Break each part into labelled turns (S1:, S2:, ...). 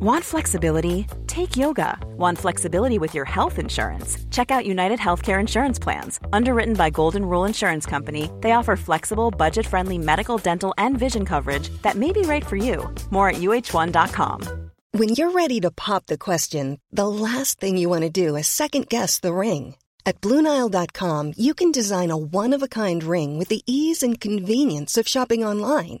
S1: Want flexibility? Take yoga. Want flexibility with your health insurance? Check out United Healthcare Insurance Plans. Underwritten by Golden Rule Insurance Company, they offer flexible, budget friendly medical, dental, and vision coverage that may be right for you. More at uh1.com.
S2: When you're ready to pop the question, the last thing you want to do is second guess the ring. At Bluenile.com, you can design a one of a kind ring with the ease and convenience of shopping online.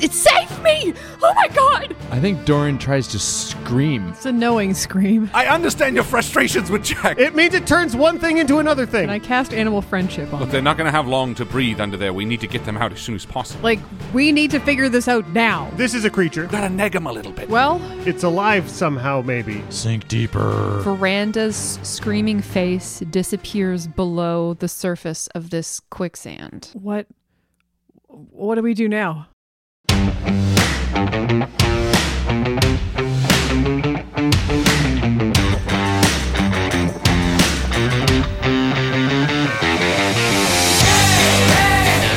S3: It saved me! Oh my god!
S4: I think Doran tries to scream.
S3: It's a knowing scream.
S5: I understand your frustrations with Jack.
S6: It means it turns one thing into another thing.
S3: And I cast animal friendship on
S5: Look,
S3: it.
S5: they're not going to have long to breathe under there. We need to get them out as soon as possible.
S3: Like, we need to figure this out now.
S6: this is a creature.
S5: Gotta neg them a little bit.
S3: Well,
S6: It's alive somehow, maybe.
S4: Sink deeper.
S7: Veranda's screaming face disappears below the surface of this quicksand.
S3: what what do we do now?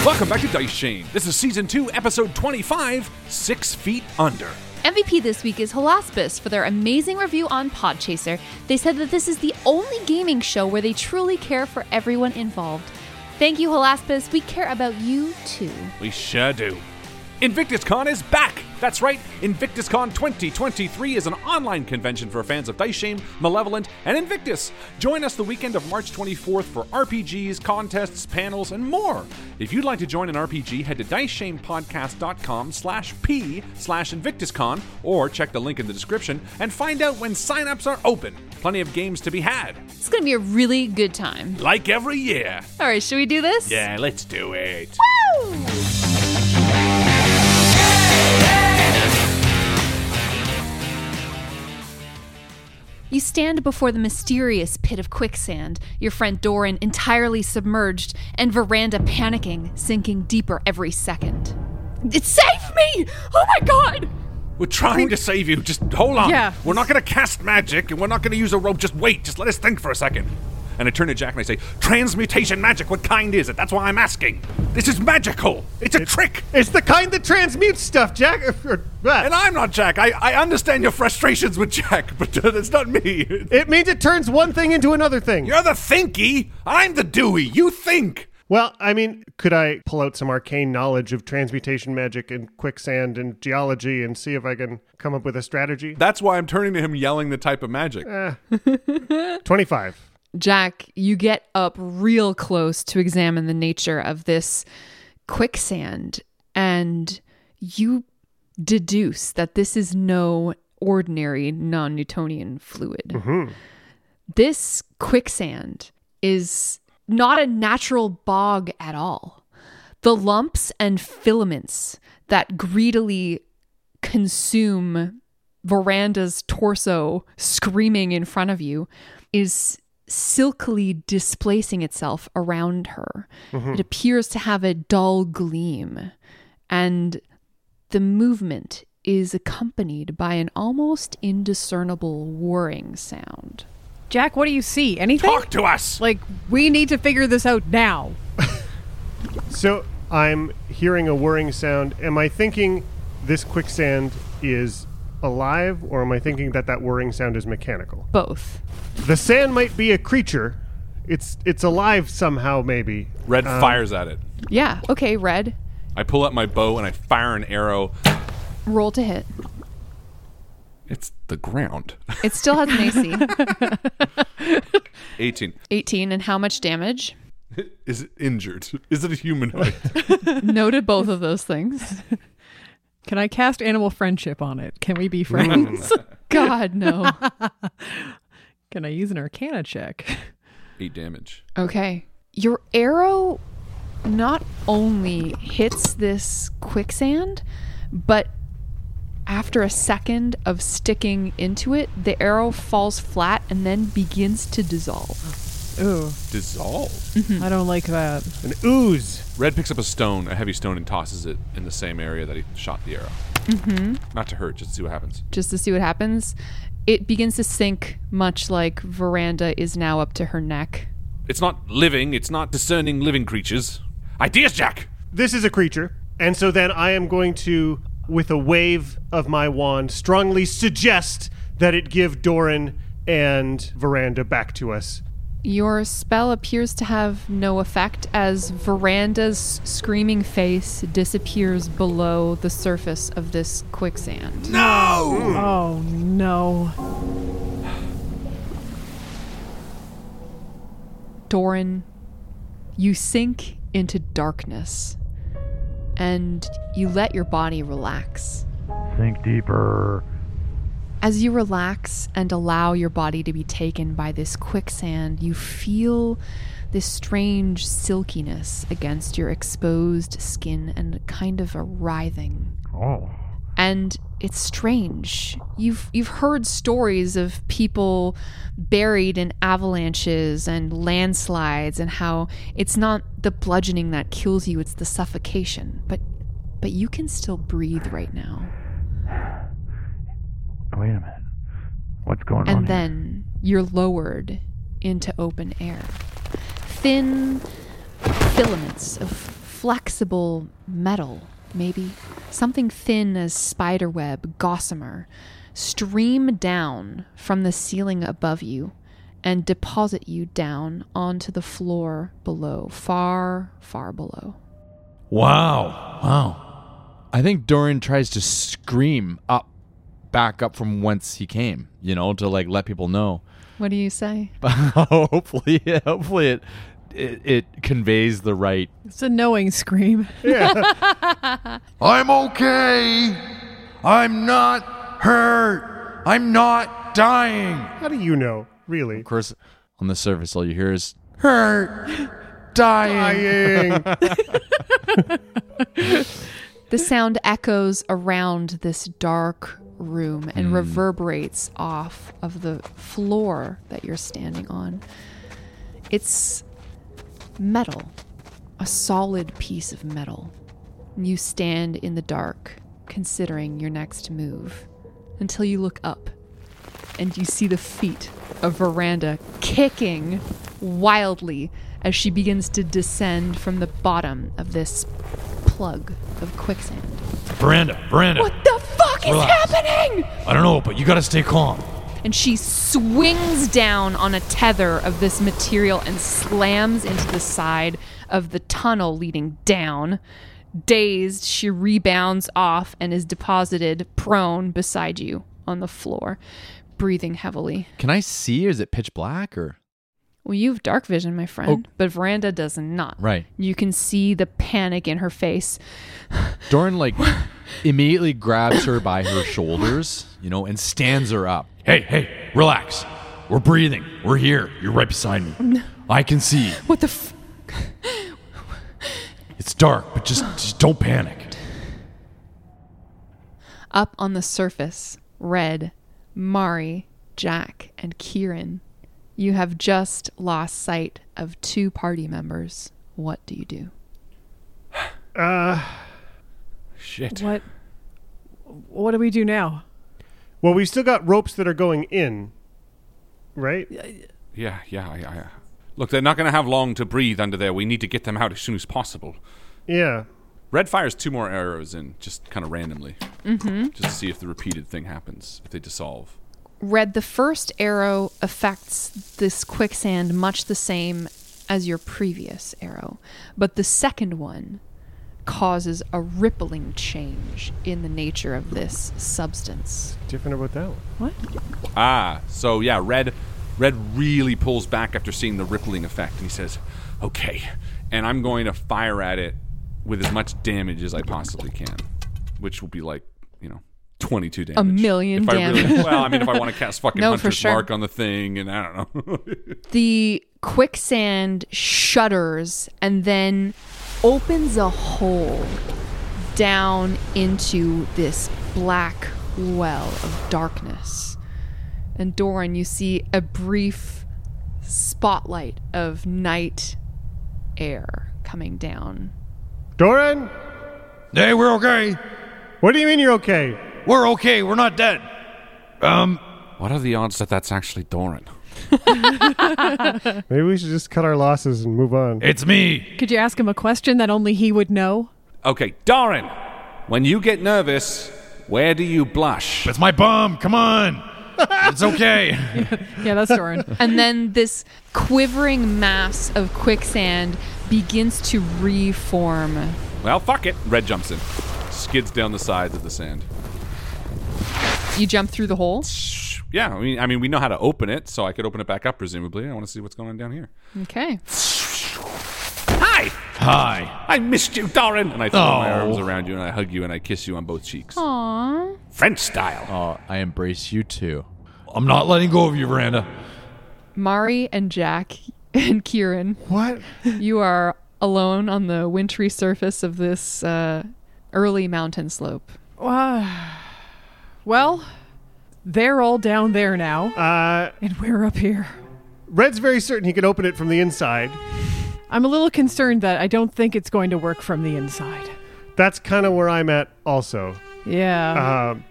S5: Welcome back to Dice Shane. This is season two, episode 25 Six Feet Under.
S7: MVP this week is Holaspis for their amazing review on Podchaser. They said that this is the only gaming show where they truly care for everyone involved. Thank you, Holaspis. We care about you too.
S5: We sure do. InvictusCon is back! That's right, InvictusCon 2023 is an online convention for fans of Dice Shame, Malevolent, and Invictus. Join us the weekend of March 24th for RPGs, contests, panels, and more. If you'd like to join an RPG, head to diceshamepodcast.com slash p slash InvictusCon or check the link in the description and find out when signups are open. Plenty of games to be had,
S7: It's going to be a really good time.
S5: like every year.
S7: All right, should we do this?
S5: Yeah, let's do it.
S7: You stand before the mysterious pit of quicksand, your friend Doran entirely submerged, and Veranda panicking, sinking deeper every second.
S3: It saved me! Oh my god!
S5: We're trying to save you. Just hold on.
S3: Yeah.
S5: We're not going to cast magic and we're not going to use a rope. Just wait. Just let us think for a second. And I turn to Jack and I say, Transmutation magic, what kind is it? That's why I'm asking. This is magical. It's a trick.
S6: It's the kind that transmutes stuff, Jack.
S5: And I'm not Jack. I, I understand your frustrations with Jack, but it's not me.
S6: it means it turns one thing into another thing.
S5: You're the thinky. I'm the dewy. You think.
S6: Well, I mean, could I pull out some arcane knowledge of transmutation magic and quicksand and geology and see if I can come up with a strategy?
S5: That's why I'm turning to him yelling the type of magic.
S6: 25.
S7: Jack, you get up real close to examine the nature of this quicksand, and you deduce that this is no ordinary non Newtonian fluid. This quicksand is not a natural bog at all. The lumps and filaments that greedily consume Veranda's torso screaming in front of you is silkily displacing itself around her.
S8: Mhm.
S7: It appears to have a dull gleam, and the movement is accompanied by an almost indiscernible whirring sound.
S3: Jack, what do you see? Anything?
S5: Talk to us.
S3: Like we need to figure this out now.
S6: So I'm hearing a whirring sound. Am I thinking this quicksand is alive, or am I thinking that that whirring sound is mechanical?
S7: Both.
S6: The sand might be a creature. It's it's alive somehow, maybe.
S5: Red
S6: Um,
S5: fires at it.
S7: Yeah, okay, red.
S5: I pull out my bow and I fire an arrow.
S7: Roll to hit.
S5: It's the ground.
S7: It still has an AC.
S5: 18.
S7: 18, and how much damage?
S5: Is it injured? Is it a humanoid?
S7: Noted both of those things.
S3: Can I cast animal friendship on it? Can we
S5: Mm.
S3: be friends?
S7: God, no.
S3: Can I use an arcana check?
S5: Eight damage.
S7: Okay. Your arrow not only hits this quicksand, but after a second of sticking into it, the arrow falls flat and then begins to dissolve. Mm-hmm.
S3: Ooh.
S5: Dissolve.
S3: I don't like that.
S6: An ooze.
S5: Red picks up a stone, a heavy stone, and tosses it in the same area that he shot the arrow.
S7: Mm-hmm.
S5: Not to hurt, just to see what happens.
S7: Just to see what happens. It begins to sink, much like Veranda is now up to her neck.
S5: It's not living, it's not discerning living creatures. Ideas, Jack!
S6: This is a creature, and so then I am going to, with a wave of my wand, strongly suggest that it give Doran and Veranda back to us.
S7: Your spell appears to have no effect as Veranda's screaming face disappears below the surface of this quicksand.
S5: No!
S3: Oh no.
S7: Doran, you sink into darkness and you let your body relax.
S4: Think deeper.
S7: As you relax and allow your body to be taken by this quicksand, you feel this strange silkiness against your exposed skin and kind of a writhing.
S4: Oh.
S7: and it's strange. You've you've heard stories of people buried in avalanches and landslides and how it's not the bludgeoning that kills you, it's the suffocation. But but you can still breathe right now.
S4: Wait a minute. What's going on?
S7: And
S4: here?
S7: then you're lowered into open air. Thin filaments of flexible metal, maybe. Something thin as spiderweb, gossamer, stream down from the ceiling above you and deposit you down onto the floor below, far, far below.
S4: Wow. Wow. I think Doran tries to scream up, back up from whence he came, you know, to like let people know.
S7: What do you say?
S4: But hopefully, hopefully it, it it conveys the right.
S3: It's a knowing scream.
S4: I'm okay. I'm not hurt. I'm not dying.
S6: How do you know, really?
S4: Of course, on the surface, all you hear is hurt, dying.
S6: Dying.
S7: The sound echoes around this dark room and reverberates off of the floor that you're standing on. It's metal, a solid piece of metal. And You stand in the dark, considering your next move, until you look up and you see the feet of Veranda kicking wildly as she begins to descend from the bottom of this plug of quicksand.
S4: Veranda, Veranda.
S7: What the fuck is
S4: Relax.
S7: happening?
S4: I don't know, but you gotta stay calm.
S7: And she swings down on a tether of this material and slams into the side of the tunnel leading down. Dazed, she rebounds off and is deposited prone beside you on the floor, breathing heavily.
S4: Can I see? Is it pitch black or?
S7: Well, you have dark vision, my friend, but Veranda does not.
S4: Right.
S7: You can see the panic in her face.
S4: Doran like immediately grabs her by her shoulders, you know, and stands her up. Hey, hey, relax. We're breathing. We're here. You're right beside me. I can see.
S7: What the f-
S4: It's dark, but just, just don't panic.
S7: Up on the surface, Red, Mari, Jack, and Kieran, you have just lost sight of two party members. What do you do?
S6: Uh,
S5: Shit.
S3: What? What do we do now?
S6: well, we've still got ropes that are going in, right?
S5: Yeah, yeah. I, I, look, they're not going to have long to breathe under there. We need to get them out as soon as possible.
S6: Yeah.
S5: Red fires two more arrows in, just kind of randomly,
S7: Mm-hmm.
S5: just to see if the repeated thing happens, if they dissolve.
S7: Red, the first arrow affects this quicksand much the same as your previous arrow, but the second one causes a rippling change in the nature of this substance.
S6: Different about that one.
S7: What?
S5: Ah, so yeah, Red, Red really pulls back after seeing the rippling effect, and he says, "Okay," and I'm going to fire at it with as much damage as I possibly can, which will be like, you know, 22 damage.
S7: A million
S5: If I really-
S7: damage.
S5: well, I mean, if I want to cast fucking
S7: No, for
S5: Hunter's
S7: sure.
S5: Mark on the thing, and I don't know.
S7: The quicksand shudders and then opens a hole down into this black well of darkness. And Doran, you see a brief spotlight of night air coming down.
S6: Doran,
S4: Hey, we're okay.
S6: what do you mean you're okay?
S4: We're okay. We're not dead. Um,
S5: what are the odds that that's actually Doran?
S6: Maybe we should just cut our losses and move on.
S4: it's me.
S3: Could you ask him a question that only he would know?
S5: Okay, Doran, when you get nervous, where do you blush?
S4: It's my bum. Come on. It's okay.
S3: Yeah, that's Doran.
S7: and then this quivering mass of quicksand begins to reform.
S5: Well, fuck it. Red jumps in, skids down the sides of the sand.
S7: You jump through the hole?
S5: Yeah, I mean, I mean, we know how to open it, so I could open it back up, presumably. I want to see what's going on down here.
S7: Okay.
S5: Hi,
S4: Hi.
S5: I missed you, Doran. And I throw my
S4: Oh.
S5: arms around you, and I hug you, and I kiss you on both cheeks,
S7: Aww.
S5: French style.
S4: Oh, I embrace you too. I'm not letting go of you, Veranda.
S7: Mari and Jack and Kieran,
S6: What?
S7: you are alone on the wintry surface of this uh, early mountain slope.
S3: Uh, well, they're all down there now,
S6: Uh,
S3: and we're up here.
S6: Red's very certain he can open it from the inside.
S3: I'm a little concerned that I don't think it's going to work from the inside.
S6: That's kind of where I'm at, also.
S3: Yeah.
S6: Um,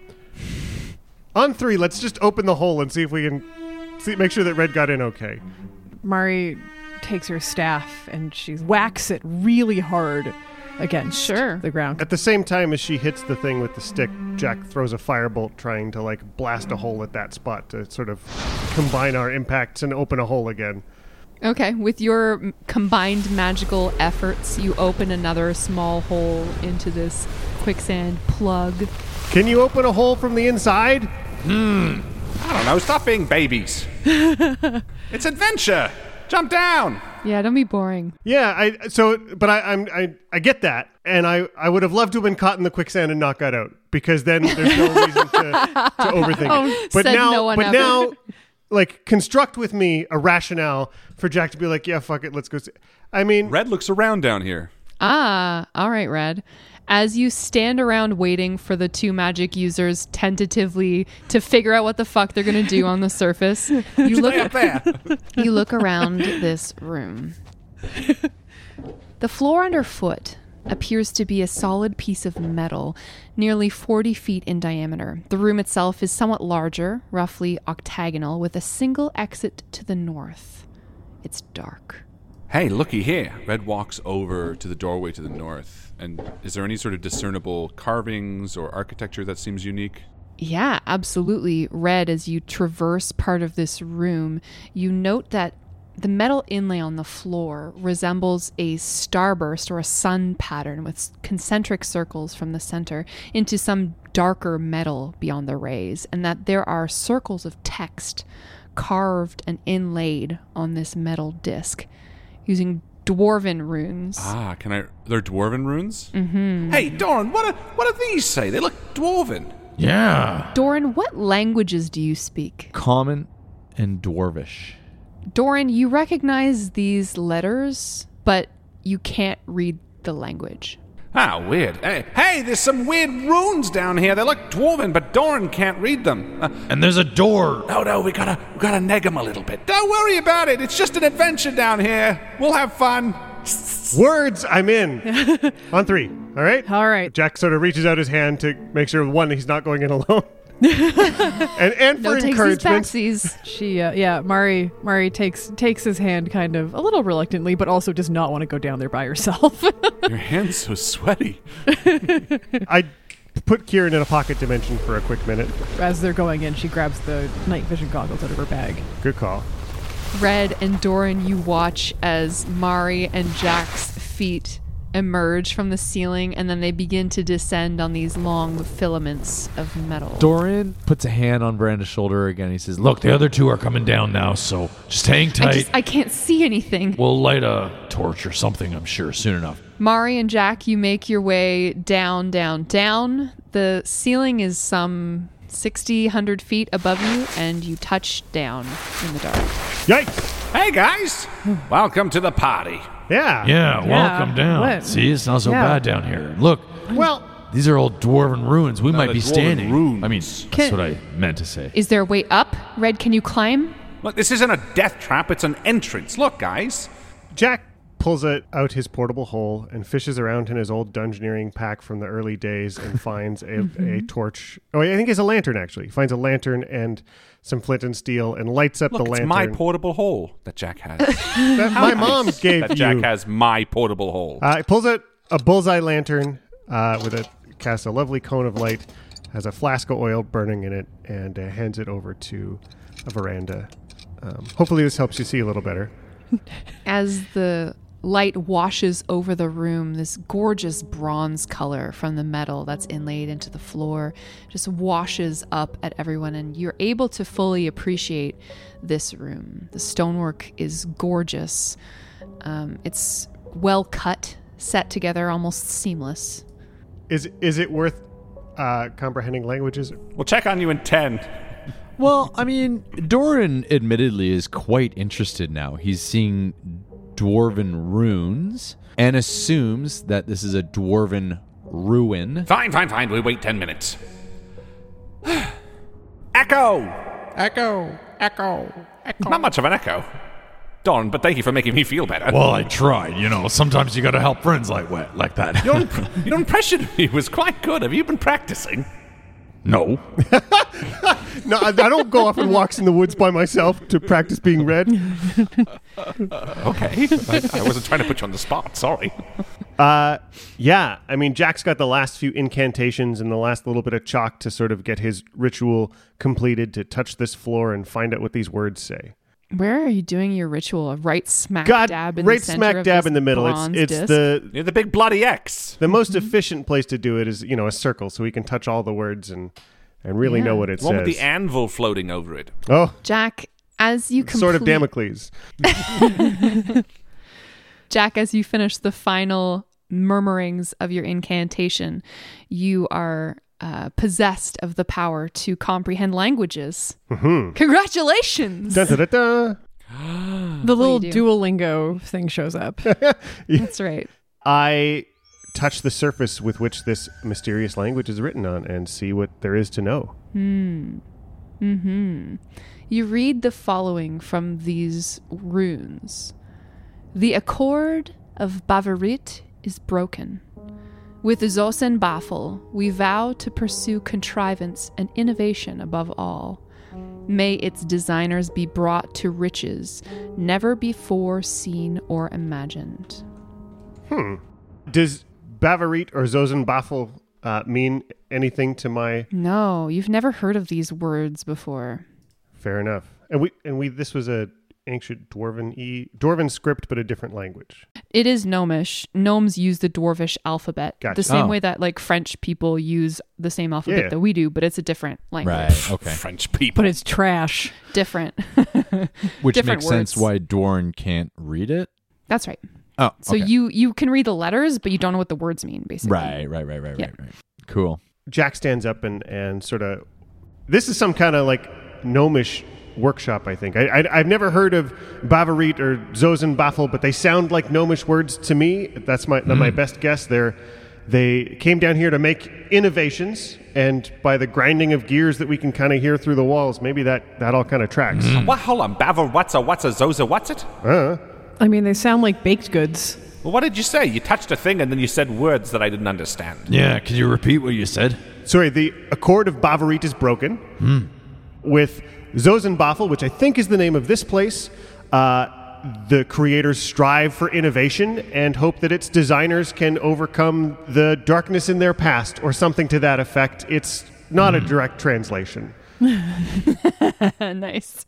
S6: on three, let's just open the hole and see if we can see, make sure that Red got in okay.
S3: Mari takes her staff and she whacks it really hard against
S7: Sure.
S3: the ground.
S6: At the same time as she hits the thing with the stick, Jack throws a firebolt trying to like blast a hole at that spot to sort of combine our impacts and open a hole again.
S7: Okay, with your m- combined magical efforts, you open another small hole into this quicksand plug.
S6: Can you open a hole from the inside?
S5: Hmm. I don't know. Stop being babies. it's adventure. Jump down.
S7: Yeah, don't be boring.
S6: Yeah, I so but I I'm, I I get that and I I would have loved to have been caught in the quicksand and not got out because then there's no reason to, to overthink it.
S7: Oh,
S6: But
S7: said
S6: now
S7: no one
S6: but
S7: ever.
S6: now like construct with me a rationale for Jack to be like, "Yeah, fuck it, let's go." See. I mean,
S5: Red looks around down here.
S7: Ah, all right, Red. As you stand around waiting for the two magic users tentatively to figure out what the fuck they're going to do on the surface, you look
S5: Up there.
S7: you look around this room. The floor underfoot appears to be a solid piece of metal, nearly 40 feet in diameter. The room itself is somewhat larger, roughly octagonal, with a single exit to the north. It's dark.
S5: hey, looky here. Red walks over to the doorway to the north. And is there any sort of discernible carvings or architecture that seems unique?
S7: Yeah, absolutely. Red, as you traverse part of this room, you note that the metal inlay on the floor resembles a starburst or a sun pattern with s- concentric circles from the center into some darker metal beyond the rays, and that there are circles of text carved and inlaid on this metal disc using dwarven runes.
S5: Ah, can I? They're dwarven runes. Mm-hmm. Hey, Doran, what do what do these say? They look dwarven.
S4: Yeah.
S7: Doran, what languages do you speak?
S4: Common and dwarvish.
S7: Doran, you recognize these letters, but you can't read the language.
S5: Ah, weird. Hey, hey, there's some weird runes down here. They look dwarven, but Doran can't read them. Uh,
S4: And there's a door.
S5: no, no, we gotta, we gotta neg him a little bit. Don't worry about it. It's just an adventure down here. We'll have fun.
S6: Words, I'm in. On three. All right.
S3: All right.
S6: Jack sort of reaches out his hand to make sure one he's not going in alone. and and for
S7: No takes his
S6: encouragement,
S7: backsies.
S3: She, uh, yeah, Mari, Mari takes takes his hand kind of a little reluctantly, but also does not want to go down there by herself.
S5: Your hand's so sweaty.
S6: I put Kieran in a pocket dimension for a quick minute.
S3: As they're going in, she grabs the night vision goggles out of her bag.
S6: Good call.
S7: Red and Doran, you watch as Mari and Jack's feet emerge from the ceiling and then they begin to descend on these long filaments of metal.
S4: Doran puts a hand on Miranda's shoulder again. He says, "Look, the other two are coming down now, so just hang
S7: I
S4: tight.
S7: just I can't see anything.
S4: we'll light a torch or something, I'm sure, soon enough."
S7: Mari and Jack, you make your way down, down, down. The ceiling is some 60, 100 feet above you, and you touch down in the dark.
S6: Yikes!
S5: Hey, guys. Welcome to the party.
S6: Yeah.
S4: Yeah, welcome down.
S3: what?
S4: See, it's not so
S3: Yeah.
S4: bad down here. Look,
S6: Well,
S4: these are old dwarven ruins. We might
S5: the
S4: be
S5: dwarven
S4: standing.
S5: ruins.
S4: I mean, that's
S3: Can-
S4: what I meant to say.
S7: Is there a way up? Red, can you climb?
S5: Look, this isn't a death trap. It's an entrance. Look, guys.
S6: Jack pulls it out his portable hole and fishes around in his old dungeoneering pack from the early days and finds a,
S5: Mm-hmm.
S6: a torch. Oh, I think it's a lantern actually. He finds a lantern and some flint and steel and lights up
S5: Look, it's
S6: the lantern.
S5: my portable hole Oh, that Jack has.
S6: that my mom gave
S5: that
S6: you.
S5: Jack has my portable hole.
S6: Uh, it pulls out a bullseye lantern uh, with a casts a lovely cone of light, has a flask of oil burning in it, and uh, hands it over to a veranda. Um, hopefully, this helps you see a little better.
S7: As the light washes over the room, this gorgeous bronze color from the metal that's inlaid into the floor just washes up at everyone, and you're able to fully appreciate this room. The stonework is gorgeous, um, it's well cut, set together, almost seamless.
S6: Is is it worth uh, comprehending languages?
S5: We'll check on you in 10.
S4: Well, I mean, Doran admittedly is quite interested now. He's seeing dwarven runes and assumes that this is a dwarven ruin.
S5: Fine, fine, fine. We wait 10 minutes. echo!
S4: Echo, echo.
S5: Not much of an echo. Don, but thank you for making me feel better.
S4: Well, I tried. You know, sometimes you got to help friends like wet like that.
S5: Your, imp- your impression of me was quite good. Have you been practicing?
S4: no,
S6: No, I, I don't go off and walks in the woods by myself to practice being read.
S5: Okay. I, I wasn't trying to put you on the spot. Sorry.
S6: Uh, yeah, I mean, Jack's got the last few incantations and the last little bit of chalk to sort of get his ritual completed to touch this floor and find out what these words say.
S7: Where are you doing your ritual? Right smack
S6: God,
S7: dab in
S6: right
S7: the center
S6: smack
S7: of
S6: dab
S7: this
S6: in the middle. It's
S7: bronze
S6: it's
S7: disc? Mm-hmm.
S6: the
S5: You're the big bloody X.
S6: The most efficient place to do it is, you know, a circle, so we can touch all the words and and really know what it
S5: The one
S6: says.
S5: with the anvil floating over it.
S6: oh,
S7: Jack. As you complete,
S6: sort of Damocles.
S7: Jack, as you finish the final murmurings of your incantation, you are uh, possessed of the power to comprehend languages.
S6: Mm-hmm.
S7: Congratulations!
S6: Hmm. Dun, dun, dun, dun.
S3: The little
S7: do?
S3: Duolingo thing shows up.
S7: That's right.
S6: I touch the surface with which this mysterious language is written on and see what there is to know.
S7: hmm You read the following from these runes The accord of Bavarit is broken. With Zosen Baffel, we vow to pursue contrivance and innovation above all. May its designers be brought to riches never before seen or imagined.
S6: Hmm. Does Bavarit or Zosenbaffel uh, mean anything to my?
S7: No, you've never heard of these words before.
S6: Fair enough. And we and we this was a ancient dwarven e dwarven script, but a different language.
S7: It is gnomish. Gnomes use the dwarvish alphabet
S6: Gotcha.
S7: the same
S4: Oh.
S7: way that like French people use the same alphabet
S6: Yeah.
S7: that we do, but it's a different language.
S4: right? Okay,
S5: French people.
S3: but it's trash.
S7: Different.
S4: which
S7: Different
S4: makes sense
S7: words.
S4: why Doran can't read it.
S7: That's right.
S4: Oh,
S7: So
S4: okay.
S7: you you can read the letters, but you don't know what the words mean, basically.
S4: right, right, right, right,
S7: Yeah.
S4: right, right. Cool.
S6: Jack stands up and and sort of this is some kind of like gnomish workshop, I think. I, I, I've never heard of Bavarit or Zosenbaffel, but they sound like gnomish words to me. That's my, that's my best guess. They're, they came down here to make innovations, and by the grinding of gears that we can kind of hear through the walls, maybe that, that all kind of
S4: Mm.
S6: tracks.
S5: What? Hold on. Bava, what's a, what's a, Zoza, what's it?
S6: Uh,
S3: I mean, they sound like baked goods.
S5: Well, what did you say? You touched a thing and then you said words that I didn't understand.
S4: Yeah, can you repeat what you said?
S6: sorry, the Accord of Bavarit is broken with Zosenbafel, which I think is the name of this place. Uh, the creators strive for innovation and hope that its designers can overcome the darkness in their past or something to that effect. It's not a direct translation.
S7: nice.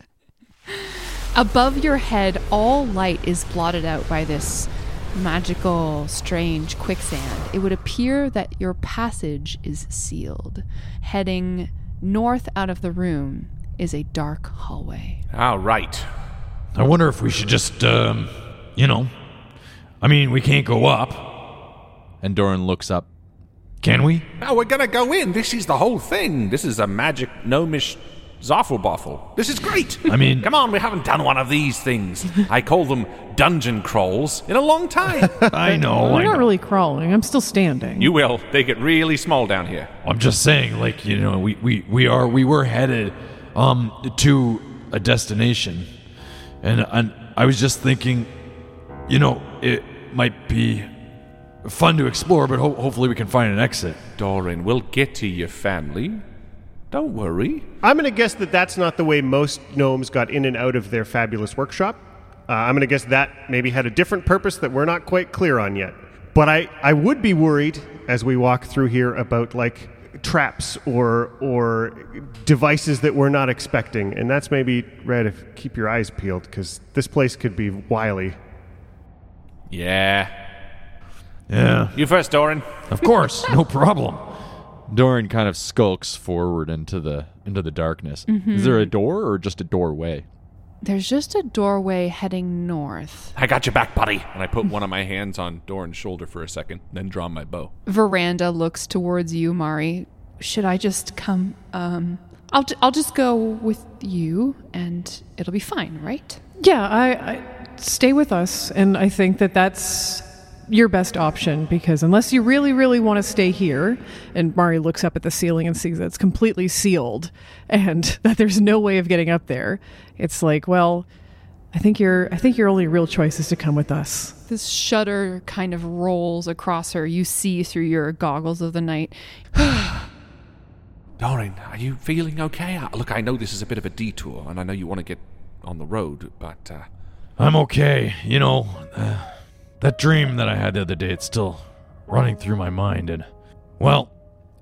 S7: Above your head, all light is blotted out by this magical, strange quicksand. It would appear that your passage is sealed. Heading north out of the room is a dark hallway.
S5: All right.
S8: I wonder if we should just, um, you know, I mean, we can't go up,
S4: And Doran looks up.
S8: can we?
S5: Now we're going to go in. This is the whole thing. This is a magic gnomish Zaffelboffel. This is great.
S8: I mean-
S5: come on, we haven't done one of these things. I call them dungeon crawls in a long time.
S8: I know.
S3: I'm
S8: I
S3: not
S8: know.
S3: really crawling. I'm still standing.
S5: you will. They get really small down here.
S8: I'm just saying, like, you know, we, we, we are, we were headed, um, to a destination. And, and I was just thinking, you know, it might be fun to explore, but ho- hopefully we can find an exit.
S5: Doran, we'll get to your family. Don't worry.
S6: I'm going to guess that that's not the way most gnomes got in and out of their fabulous workshop. Uh, I'm going to guess that maybe had a different purpose that we're not quite clear on yet. But I, I would be worried as we walk through here about like traps or or devices that we're not expecting, and that's maybe red. If keep your eyes peeled because this place could be wily.
S5: Yeah.
S8: Yeah,
S5: You first, Doran.
S8: of course, no problem.
S4: Doran kind of skulks forward into the into the darkness. Is there
S7: Mm-hmm.
S4: a door or just a doorway?
S7: There's just a doorway heading north.
S5: I got your back, buddy. And I put one of my hands on Doran's shoulder for a second, then draw my bow.
S7: Veranda looks towards you, Mari. Should I just come? Um, I'll, ju- I'll just go with you and it'll be fine, right?
S3: Yeah, I, I stay with us, and I think that that's your best option because unless you really, really want to stay here, and Mari looks up at the ceiling and sees that it's completely sealed and that there's no way of getting up there, it's like, well, I think your I think your only real choice is to come with us.
S7: This shudder kind of rolls across her. You see through your goggles of the night.
S5: Doran, are you feeling okay? Uh, Look, I know this is a bit of a detour, and I know you want to get on the road, but uh,
S8: I'm okay. You know, uh, that dream that I had the other day, it's still running through my mind. And, well,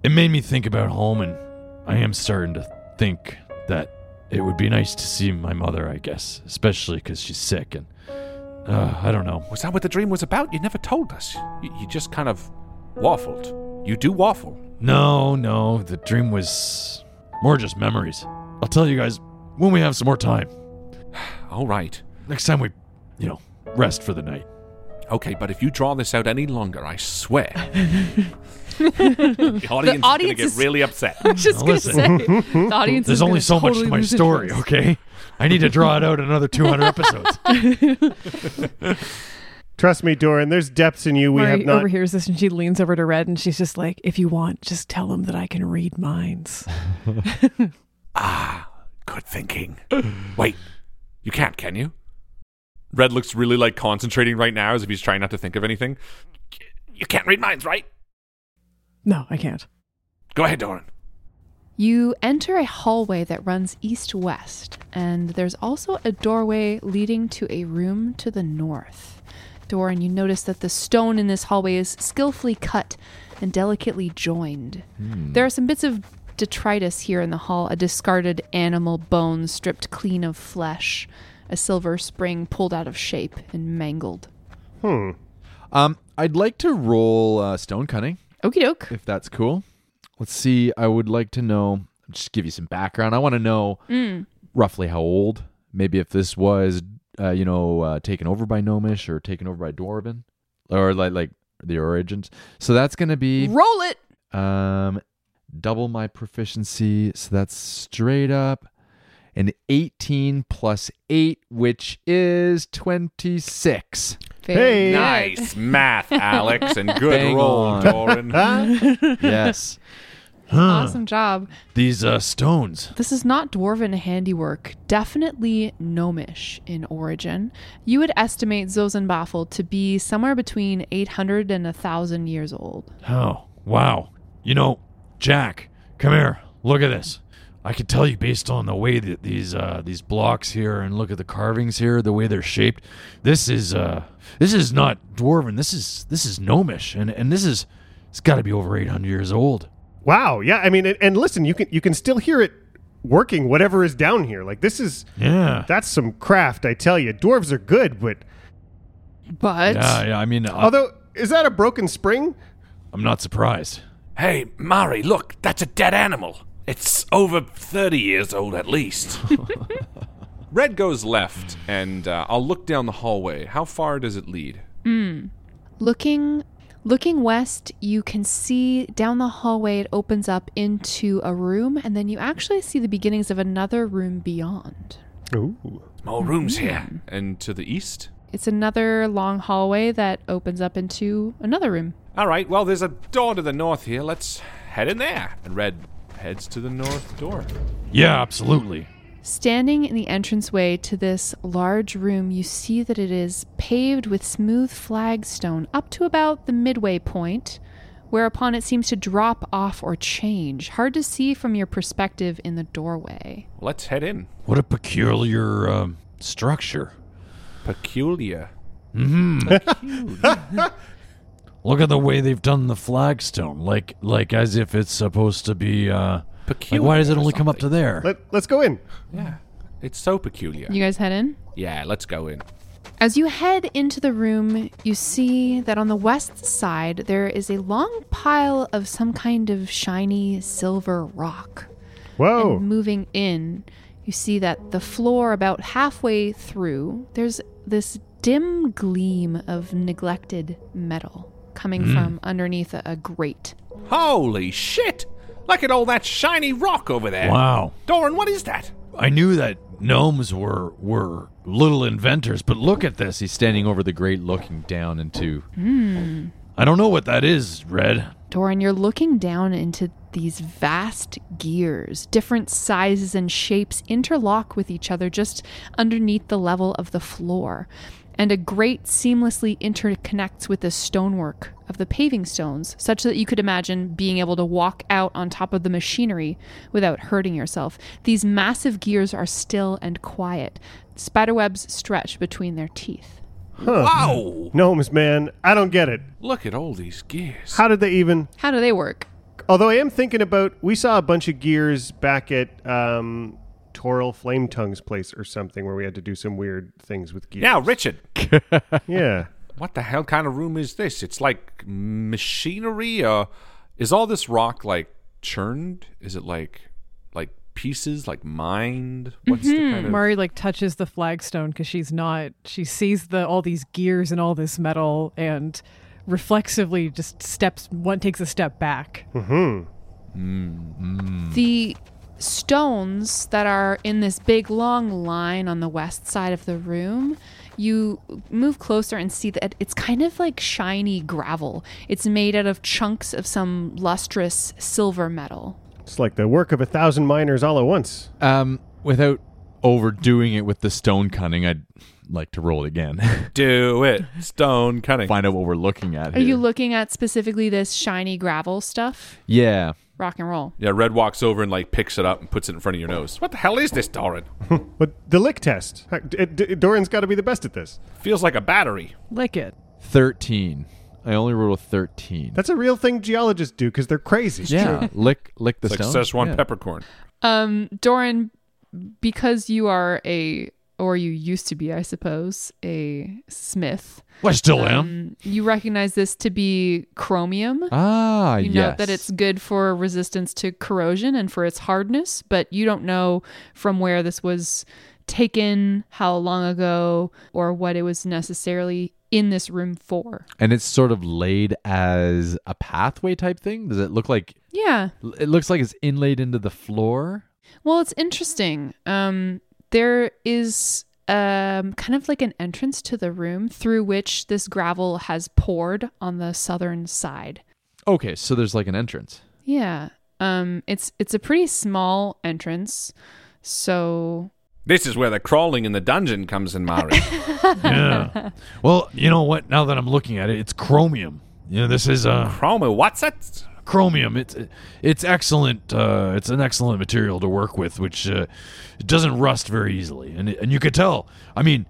S8: it made me think about home, and I am starting to think that it would be nice to see my mother, I guess, especially because she's sick. And, uh, I don't know.
S5: was that what the dream was about? You never told us. You, you just kind of waffled. You do waffle.
S8: No, no, the dream was more just memories. I'll tell you guys when we have some more time.
S5: All right.
S8: Next time we, you know, rest for the night.
S5: Okay, but if you draw this out any longer, I swear. the
S7: audience is gonna audience get is-
S5: really upset.
S7: I was just
S8: Now
S7: gonna
S8: listen.
S7: say, the audience
S8: There's
S7: is
S8: only
S7: gonna
S8: so much
S7: totally
S8: to my
S7: lose
S8: story,
S7: interest.
S8: okay? I need to draw it out another 200 episodes.
S6: Trust me, Doran. There's depths in you we
S3: Mari
S6: have not.
S3: overhears this, and she leans over to Red, and she's just like, "If you want, just tell him that I can read minds."
S6: Ah,
S5: Good thinking. Wait, you can't, can you? Red looks really like concentrating right now as if he's trying not to think of anything. You can't read minds, right?
S3: No, I can't.
S5: Go ahead, Doran.
S7: You enter a hallway that runs east west, and there's also a doorway leading to a room to the north. Doran, you notice that the stone in this hallway is skillfully cut and delicately joined. There are some bits of detritus here in the hall a discarded animal bone stripped clean of flesh, a silver spring pulled out of shape and mangled.
S6: Hmm.
S4: Um, I'd like to roll uh, stone cunning
S7: Okie doke.
S4: if that's cool. Let's see. I would like to know. Just give you some background. I want to know
S7: Mm.
S4: roughly how old. Maybe if this was, uh, you know, uh, taken over by Gnomish or taken over by Dwarven, or like like the origins. So that's gonna be
S7: Roll it!
S4: um, double my proficiency. So that's straight up an 18 plus 8, which is 26.
S7: Very
S6: Hey.
S7: good.
S5: Nice math, Alex, and good
S4: Bang
S5: roll,
S4: on.
S5: Doran.
S4: Yes.
S7: Awesome job.
S8: These uh, stones.
S7: This is not dwarven handiwork, definitely gnomish in origin. You would estimate Zosenbaffel to be somewhere between 800 and 1,000 years old.
S8: Oh, wow. You know, Jack, come here. Look at this. I can tell you based on the way that these uh, these blocks here and look at the carvings here, the way they're shaped. This is uh, this is not dwarven. This is this is gnomish, and and this is it's got to be over eight hundred years old.
S6: Wow. Yeah. I mean, and, and listen, you can you can still hear it working. Whatever is down here, like this is
S8: Yeah.
S6: that's some craft, I tell you. Dwarves are good, but
S7: But
S8: yeah, yeah. I mean, I,
S6: although is that a broken spring?
S8: I'm not surprised.
S5: Hey, Mari, look, that's a dead animal. It's over 30 years old at least. Red goes left, and uh, I'll look down the hallway. How far does it lead?
S7: looking looking west, you can see down the hallway it opens up into a room and then you actually see the beginnings of another room beyond.
S6: Ooh.
S5: More rooms here. And to the east?
S7: It's another long hallway that opens up into another room.
S5: All right, well, there's a door to the north here. Let's head in there. And Red heads to the north door.
S8: Yeah, absolutely.
S7: Standing in the entranceway to this large room, you see that it is paved with smooth flagstone up to about the midway point, whereupon it seems to drop off or change, hard to see from your perspective in the doorway.
S5: Let's head in.
S8: What a peculiar um, structure.
S5: Peculiar.
S8: Mm-hmm. Look at the way they've done the flagstone, like like as if it's supposed to be. Uh, like why does it
S5: Peculiar or
S8: only come up to there?
S6: Let let's go in.
S5: Yeah. It's so peculiar.
S7: You guys head in?
S5: Yeah, let's go in.
S7: As you head into the room, you see that on the west side there is a long pile of some kind of shiny silver rock.
S6: Whoa.
S7: And moving in, you see that the floor, about halfway through, there's this dim gleam of neglected metal coming from underneath a, a grate.
S5: Holy shit! Look at all that shiny rock over there.
S8: Wow.
S5: Doran, what is that?
S8: I knew that gnomes were were little inventors, but look at this.
S4: He's standing over the grate looking down into.
S7: Hmm.
S8: I don't know what that is, Red.
S7: Doran, you're looking down into these vast gears. Different sizes and shapes interlock with each other just underneath the level of the floor. And a grate seamlessly interconnects with the stonework of the paving stones, such that you could imagine being able to walk out on top of the machinery without hurting yourself. These massive gears are still and quiet. Spiderwebs stretch between their teeth.
S5: Wow!
S6: Gnomes, man, I don't get it.
S5: Look at all these gears.
S6: How did they e- even?
S7: How do they work?
S6: Although I am thinking about, we saw a bunch of gears back at um, Toral Flame Tongue's place or something where we had to do some weird things with gears.
S5: Now, Richard,
S6: yeah.
S5: what the hell kind of room is this? It's like machinery, or is all this rock like churned? Is it like like pieces, like mined? What's
S7: Mm-hmm.
S5: the kind of
S3: Mari like touches the flagstone because she's not. She sees the all these gears and all this metal and reflexively just steps. One takes a step back.
S7: The stones that are in this big long line on the west side of the room, you move closer and see that it's kind of like shiny gravel. It's made out of chunks of some lustrous silver metal.
S6: It's like the work of a thousand miners all at once.
S4: Um, without overdoing it with the stone cunning, I'd like to roll again.
S5: do it? Stone cutting.
S4: Find out what we're looking at.
S7: Are
S4: here.
S7: you looking at specifically this shiny gravel stuff?
S4: yeah.
S7: Rock and roll.
S5: Yeah, Red walks over and like picks it up and puts it in front of your nose. What the hell is this, Doran?
S6: But the lick test. Heck, D- D- Doran's got to be the best at this.
S5: Feels like a battery.
S3: Lick it.
S4: 13. I only rolled a 13.
S6: That's a real thing geologists do because they're crazy.
S4: yeah. Lick lick the
S5: It's like
S4: stone.
S5: Szechuan
S4: Yeah.
S5: peppercorn.
S7: Um, Doran, because you are a, or you used to be, I suppose, a smith,
S8: Well, I still am.
S7: um, you recognize this to be chromium.
S4: Ah,
S7: You
S4: yes.
S7: note that it's good for resistance to corrosion and for its hardness, but you don't know from where this was taken, how long ago, or what it was necessarily in this room for.
S4: and it's sort of laid as a pathway type thing. Does it look like
S7: Yeah.
S4: it looks like it's inlaid into the floor?
S7: Well, it's interesting. Um, there is um, kind of like an entrance to the room through which this gravel has poured on the southern side.
S4: Okay, so there's like an entrance.
S7: Yeah. Um, it's it's a pretty small entrance, so
S5: This is where the crawling in the dungeon comes in, Mari.
S8: Yeah. well, you know what? Now that I'm looking at it, it's chromium. You know, this is uh,
S5: Chroma, what's it?
S8: chromium. It's it's excellent. Uh, it's an excellent material to work with, which uh, it doesn't rust very easily, and and you could tell. I mean,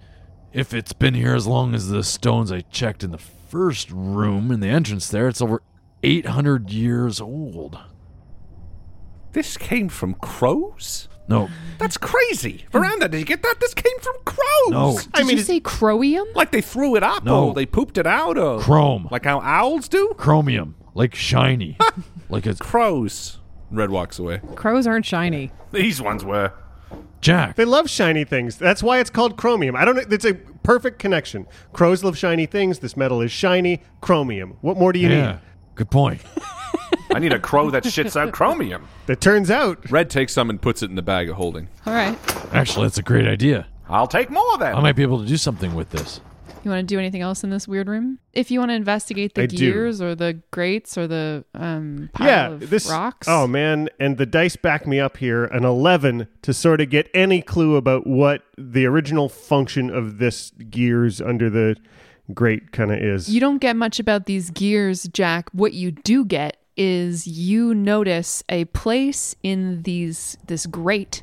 S8: if it's been here as long as the stones I checked in the first room in the entrance there, it's over eight hundred years old.
S5: This came from crows?
S8: No,
S5: That's crazy. Veranda, did you get that? This came from crows.
S8: No.
S7: did you say croium?
S5: Like they threw it up
S8: No.
S5: or they pooped it out or
S8: Chrome.
S5: Like how owls do?
S8: chromium, like shiny, like a
S5: Crows. Red walks away.
S3: Crows aren't shiny.
S5: These ones were.
S8: jack.
S6: They love shiny things. That's why it's called chromium. I don't know. It's a perfect connection. Crows love shiny things. This metal is shiny. Chromium. What more do you
S8: Yeah,
S6: need?
S8: good point.
S5: I need a crow that shits out chromium.
S6: That turns out
S5: Red takes some and puts it in the bag of holding.
S7: All right.
S8: Actually, that's a great idea.
S5: I'll take more
S8: I
S5: then.
S8: might be able to do something with this.
S7: You want to do anything else in this weird room? If you want to investigate the
S6: I do.
S7: gears or the grates or the um, pile
S6: yeah,
S7: of
S6: this
S7: rocks.
S6: Oh man, and the dice back me up here. An eleven to sort of get any clue about what the original function of this gears under the grate kind of is.
S7: You don't get much about these gears, Jack. What you do get is you notice a place in these this grate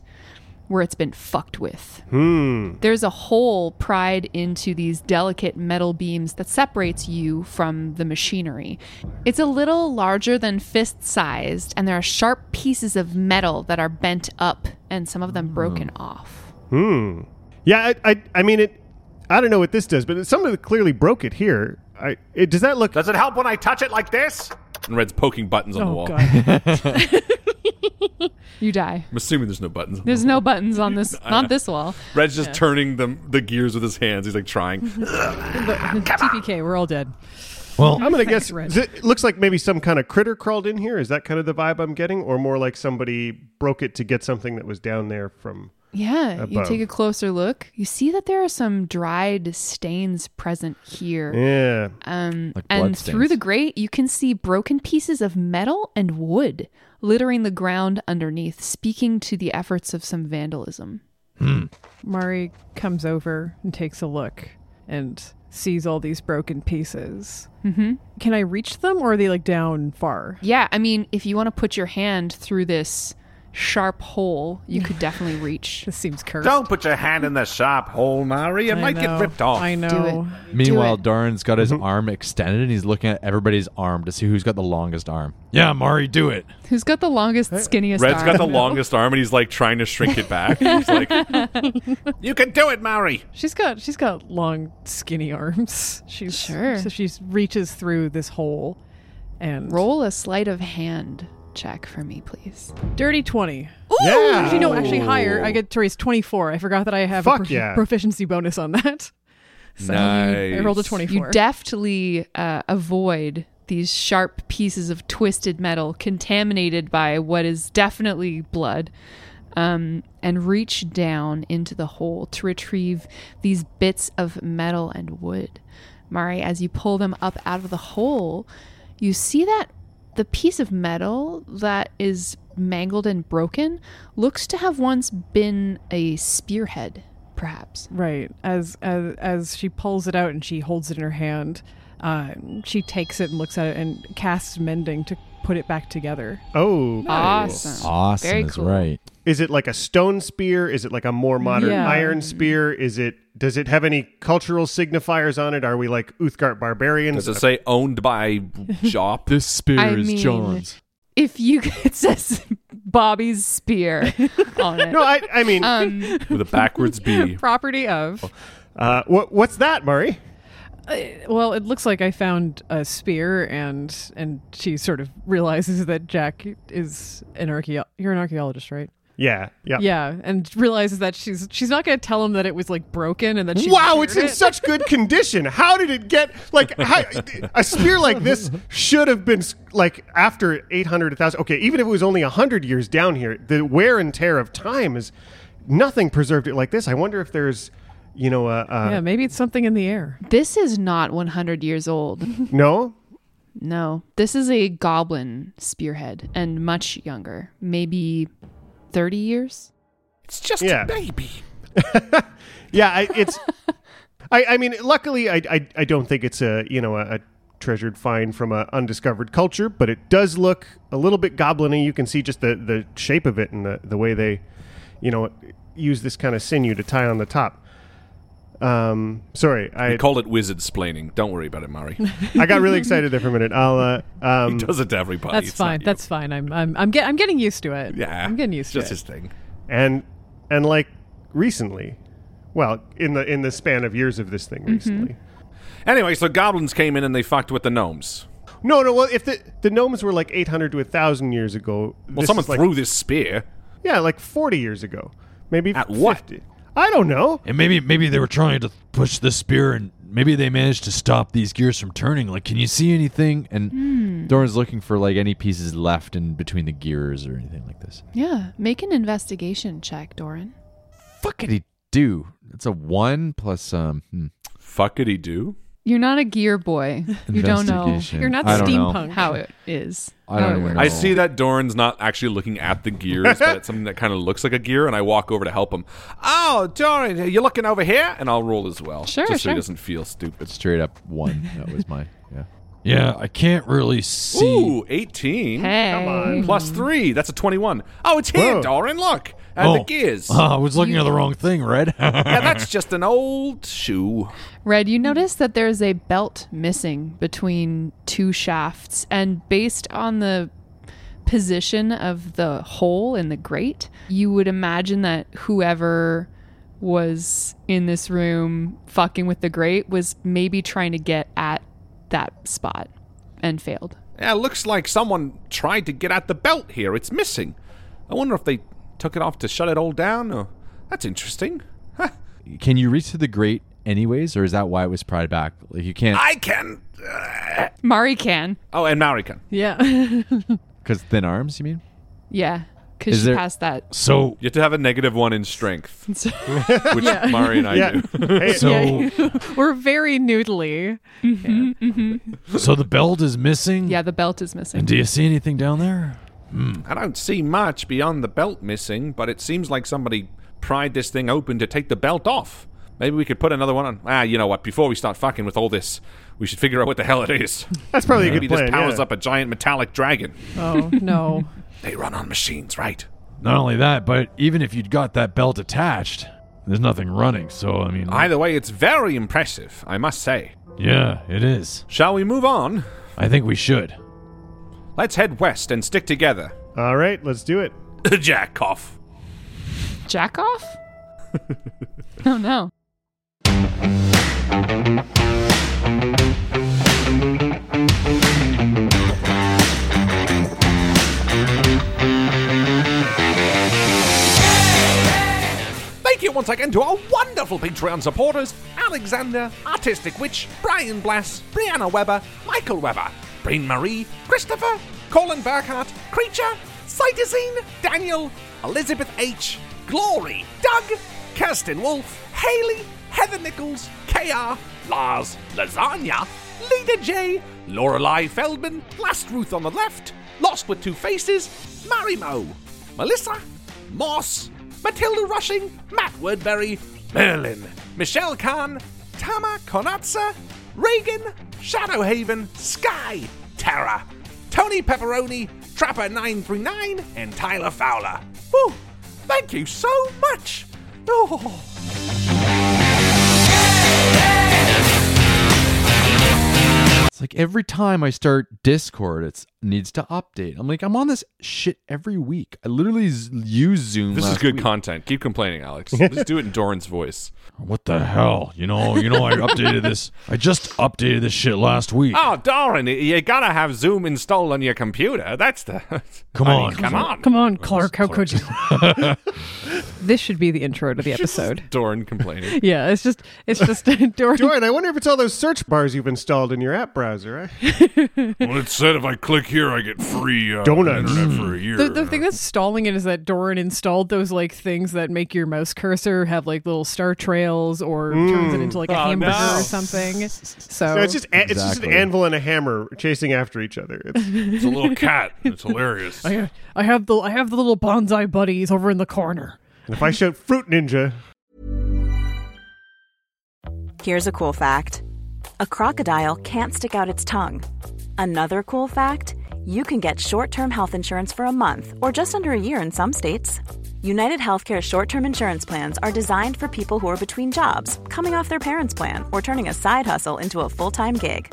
S7: where it's been fucked with.
S6: hmm.
S7: There's a hole pried into these delicate metal beams that separates you from the machinery. It's a little larger than fist sized, and there are sharp pieces of metal that are bent up and some of them broken off.
S6: Hmm. Yeah. I, I. I mean it. I don't know what this does, but somebody clearly broke it here. I. It, does that look?
S5: Does it help when I touch it like this? And Red's poking buttons on the
S3: Oh
S5: wall.
S3: god.
S7: You die.
S5: I'm assuming there's no buttons. on the
S7: There's no buttons on this, not this wall.
S5: wall. Red's just turning the, the gears with his hands. He's like trying.
S3: TPK, we're all dead.
S8: Well,
S6: I'm gonna guess.
S3: Red.
S6: is It it looks like maybe some kind of critter crawled in here. Is that kind of the vibe I'm getting, or more like somebody broke it to get something that was down there from?
S7: Yeah, you
S6: Above.
S7: take a closer look. You see that there are some dried stains present here.
S6: Yeah.
S7: Um,
S4: Like blood
S7: and through
S4: stains.
S7: the grate, you can see broken pieces of metal and wood littering the ground underneath, speaking to the efforts of some vandalism.
S6: Mm.
S3: Mari comes over and takes a look and sees all these broken pieces.
S7: hmm
S3: Can I reach them or are they like down far?
S7: Yeah, I mean, if you want to put your hand through this sharp hole, you could definitely reach.
S3: This seems cursed.
S5: Don't put your hand in the sharp hole, Mari. It
S3: I
S5: might
S3: know.
S5: get ripped off.
S3: I know.
S4: Meanwhile,
S7: it.
S4: Darren's got his arm extended and he's looking at everybody's arm to see who's got the longest arm.
S8: yeah, Mari, do it.
S7: Who's got the longest, skinniest
S5: Red's got
S7: arm?
S5: the longest arm and he's like trying to shrink it back. He's like, You can do it, Mari.
S3: She's got she's got long, skinny arms. She's
S7: Sure.
S3: So she reaches through this hole and
S7: Roll a sleight of hand check for me, please.
S3: dirty twenty.
S6: Yeah.
S3: Actually, no, actually higher. I get to raise twenty four. I forgot that I have a
S6: Fuck
S3: prof-
S6: yeah.
S3: proficiency bonus on that. So I rolled a
S5: Nice.
S3: twenty
S7: You
S3: four.
S7: deftly uh, avoid these sharp pieces of twisted metal contaminated by what is definitely blood um, and reach down into the hole to retrieve these bits of metal and wood. Mari, as you pull them up out of the hole, you see that the piece of metal that is mangled and broken looks to have once been a spearhead, perhaps.
S3: Right. As as as she pulls it out and she holds it in her hand, uh, she takes it and looks at it and casts mending to put it back together. Ah.
S6: Oh.
S4: Ah.
S7: Awesome.
S4: Awesome
S7: Very
S4: is
S7: cool.
S4: right.
S6: Is it like a stone spear? Is it like a more modern
S3: Yeah.
S6: iron spear? Is it? Does it have any cultural signifiers on it? Are we like Uthgart barbarians?
S5: Does it say owned by Jop?
S4: This spear
S7: I
S4: is
S7: mean-
S4: John's.
S7: if you it says Bobby's spear on it.
S6: no, I. I mean,
S7: um,
S5: with a backwards B.
S7: property of
S6: uh, what? What's that, Murray?
S3: Uh, Well, it looks like I found a spear, and and she sort of realizes that Jack is an archeo- You're an archaeologist, right?
S6: Yeah, yeah.
S3: Yeah, and realizes that she's she's not going to tell him that it was like broken and that she
S6: Wow, it's in
S3: repaired it.
S6: such good condition. How did it get like how, a spear like this should have been like after 800 1000 okay, even if it was only 100 years down here, the wear and tear of time is nothing preserved it like this. I wonder if there's you know uh, a, a
S3: Yeah, maybe it's something in the air.
S7: This is not 100 years old.
S6: no
S7: No, this is a goblin spearhead and much younger, maybe 30 years.
S5: It's just
S6: Yeah.
S5: a baby.
S6: Yeah, I, it's. I, I mean, luckily, I, I I don't think it's a you know a, a treasured find from a undiscovered culture, but it does look a little bit goblin-y. You can see just the the shape of it and the the way they, you know, use this kind of sinew to tie on the top. Um, sorry,
S5: We
S6: I
S5: call it wizard splaining. Don't worry about it, Murray.
S6: I got really excited there for a minute. I'll uh, um,
S5: Does it to everybody.
S3: That's
S5: it's not
S3: fine.
S5: you.
S3: That's fine. I'm I'm I'm, get, I'm getting used to it.
S5: yeah.
S3: I'm getting used to
S5: just
S3: it.
S5: his thing.
S6: and and like recently, well, in the in the span of years of this thing
S3: Mm-hmm.
S6: recently.
S5: Anyway, so goblins came in and they fucked with the gnomes.
S6: No, no. Well, if the the gnomes were like 800 to 1,000 years ago,
S5: Well,
S6: this
S5: someone
S6: is like-
S5: threw this spear.
S6: Yeah, like 40 years ago. Maybe
S5: At
S6: 50.
S5: what?
S6: I don't know.
S8: And maybe maybe they were trying to push the spear and maybe they managed to stop these gears from turning. Like, can you see anything?
S4: And
S7: Hmm.
S4: Doran's looking for like any pieces left in between the gears or anything like this.
S7: Yeah, make an investigation check, Doran.
S4: Fuck did he do? It's a one plus um. hmm,
S5: Fuckity do.
S7: You're not a gear boy. You don't know
S4: investigation.
S3: You're not
S4: I don't know.
S3: steampunk.
S7: how it is.
S4: I don't
S7: how it
S4: even
S7: works.
S4: know.
S5: I see that Doran's not actually looking at the gears, but it's something that kind of looks like a gear, and I walk over to help him. Oh, Doran, are you looking over here? And I'll roll as well.
S7: Sure,
S5: Just so
S7: sure.
S5: he doesn't feel stupid.
S4: Straight up one. That was my yeah.
S8: Yeah, I can't really see.
S5: Ooh, 18.
S7: Hey. Hmm.
S5: Plus 3. That's a 21. Oh, it's here,
S6: Whoa.
S5: Doran. Look. And
S8: Oh.
S5: the gears.
S8: Ah, I was looking at the wrong thing, Red.
S5: Yeah, that's just an old shoe.
S7: Red, you notice that there is a belt missing between two shafts, and based on the position of the hole in the grate, you would imagine that whoever was in this room fucking with the grate was maybe trying to get at that spot and failed.
S5: Yeah, looks like someone tried to get at the belt here. It's missing. I wonder if they took it off to shut it all down. Or... That's interesting.
S4: Can you reach to the grate anyways, or is that why it was pried back? Like you can't
S5: I can. uh,
S7: Mari can.
S5: Oh, and Maori can.
S3: Yeah.
S4: because thin arms. You mean?
S7: Yeah.
S4: Is
S7: Because she
S4: there-
S7: passed that.
S8: so
S5: You have to have a negative one in strength, which Mari and I
S6: Yeah.
S5: do.
S6: Hey,
S8: so
S3: We're very noodly.
S8: so the belt is missing.
S7: Mm-hmm, Yeah, the belt is missing.
S8: And do you see anything down there?
S5: I don't see much beyond the belt missing, but it seems like somebody pried this thing open to take the belt off. Maybe we could put another one on. Ah, you know what? Before we start fucking with all this, we should figure out what the hell it is.
S6: that's probably a
S5: Maybe
S6: good
S5: this
S6: plan.
S5: powers
S6: yeah.
S5: up a giant metallic dragon.
S3: Oh no.
S5: They run on machines, right?
S8: Not only that, but even if you'd got that belt attached, there's nothing running. So I mean,
S5: Either way, it's very impressive, I must say.
S8: yeah, it is.
S5: Shall we move on?
S8: I think we should.
S5: Let's head west and stick together.
S6: All right, let's do it.
S5: Jack off.
S7: Jack off? oh no.
S6: Mm.
S5: Thank you once again to our wonderful Patreon supporters Alexander, Artistic Witch, Brian Blass, Brianna Weber, Michael Weber, Breen Marie, Christopher, Colin Burkhart, Creature, Cytosine, Daniel, Elizabeth H., Glory, Doug, Kirsten Wolf, Haley, Heather Nichols, KR, Lars, Lasagna, Leader J, Lorelei Feldman, Last Ruth on the left, Lost with Two Faces, Marimo, Melissa, Moss, Matilda Rushing, Matt Woodbury, Merlin, Michelle Kahn, Tama Konatsa, Reagan, Shadowhaven, Sky, Tara, Tony Pepperoni, Trapper939, and Tyler Fowler. Woo! Thank you so much! Oh.
S4: It's like every time I start Discord, it's needs to update. I'm like, I'm on this shit every week. I literally z- use Zoom.
S5: This is
S4: last
S5: good
S4: week.
S5: content. Keep complaining, Alex. Just do it in Doran's voice.
S8: What the hell? You know, you know, I updated this. I just updated this shit last week.
S5: Oh, Doran, y- you gotta have Zoom installed on your computer. That's the.
S8: Come
S5: I mean,
S8: on.
S5: come on,
S3: Come on, Clark. How could you? this should be the intro to the episode.
S5: Doran complaining.
S3: Yeah, it's just it's just Dorian.
S6: Dorian, I wonder if it's all those search bars you've installed in your app browser. Right?
S8: Well, it said if I click here, I get free uh,
S6: Donuts.
S8: internet for a year.
S3: The, the thing that's stalling it is that Doran installed those like things that make your mouse cursor have like little star trails or turns it into like a
S5: Oh,
S3: hamburger
S5: no.
S3: or something. So,
S6: So Hmm. it's just a- it's just an
S4: Exactly.
S6: anvil and a hammer chasing after each other. It's,
S8: It's a little cat. It's hilarious.
S3: I, I have the I have the little bonsai buddies over in the corner.
S6: and if I shout fruit ninja,
S1: Here's a cool fact a crocodile can't stick out its tongue. Another cool fact you can get short term health insurance for a month or just under a year in some states. United Healthcare short term insurance plans are designed for people who are between jobs, coming off their parents' plan, or turning a side hustle into a full time gig.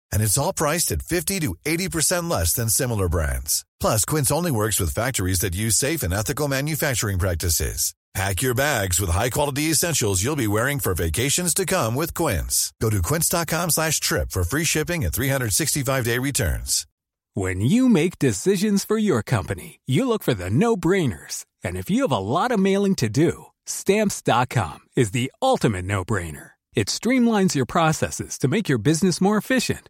S9: And it's all priced at 50 to 80% less than similar brands. Plus, Quince only works with factories that use safe and ethical manufacturing practices. Pack your bags with high-quality essentials you'll be wearing for vacations to come with Quince. Go to quince.com slash trip for free shipping and 365-day returns.
S10: When you make decisions for your company, you look for the no brainers. And if you have a lot of mailing to do, stamps.com is the ultimate no brainer. It streamlines your processes to make your business more efficient,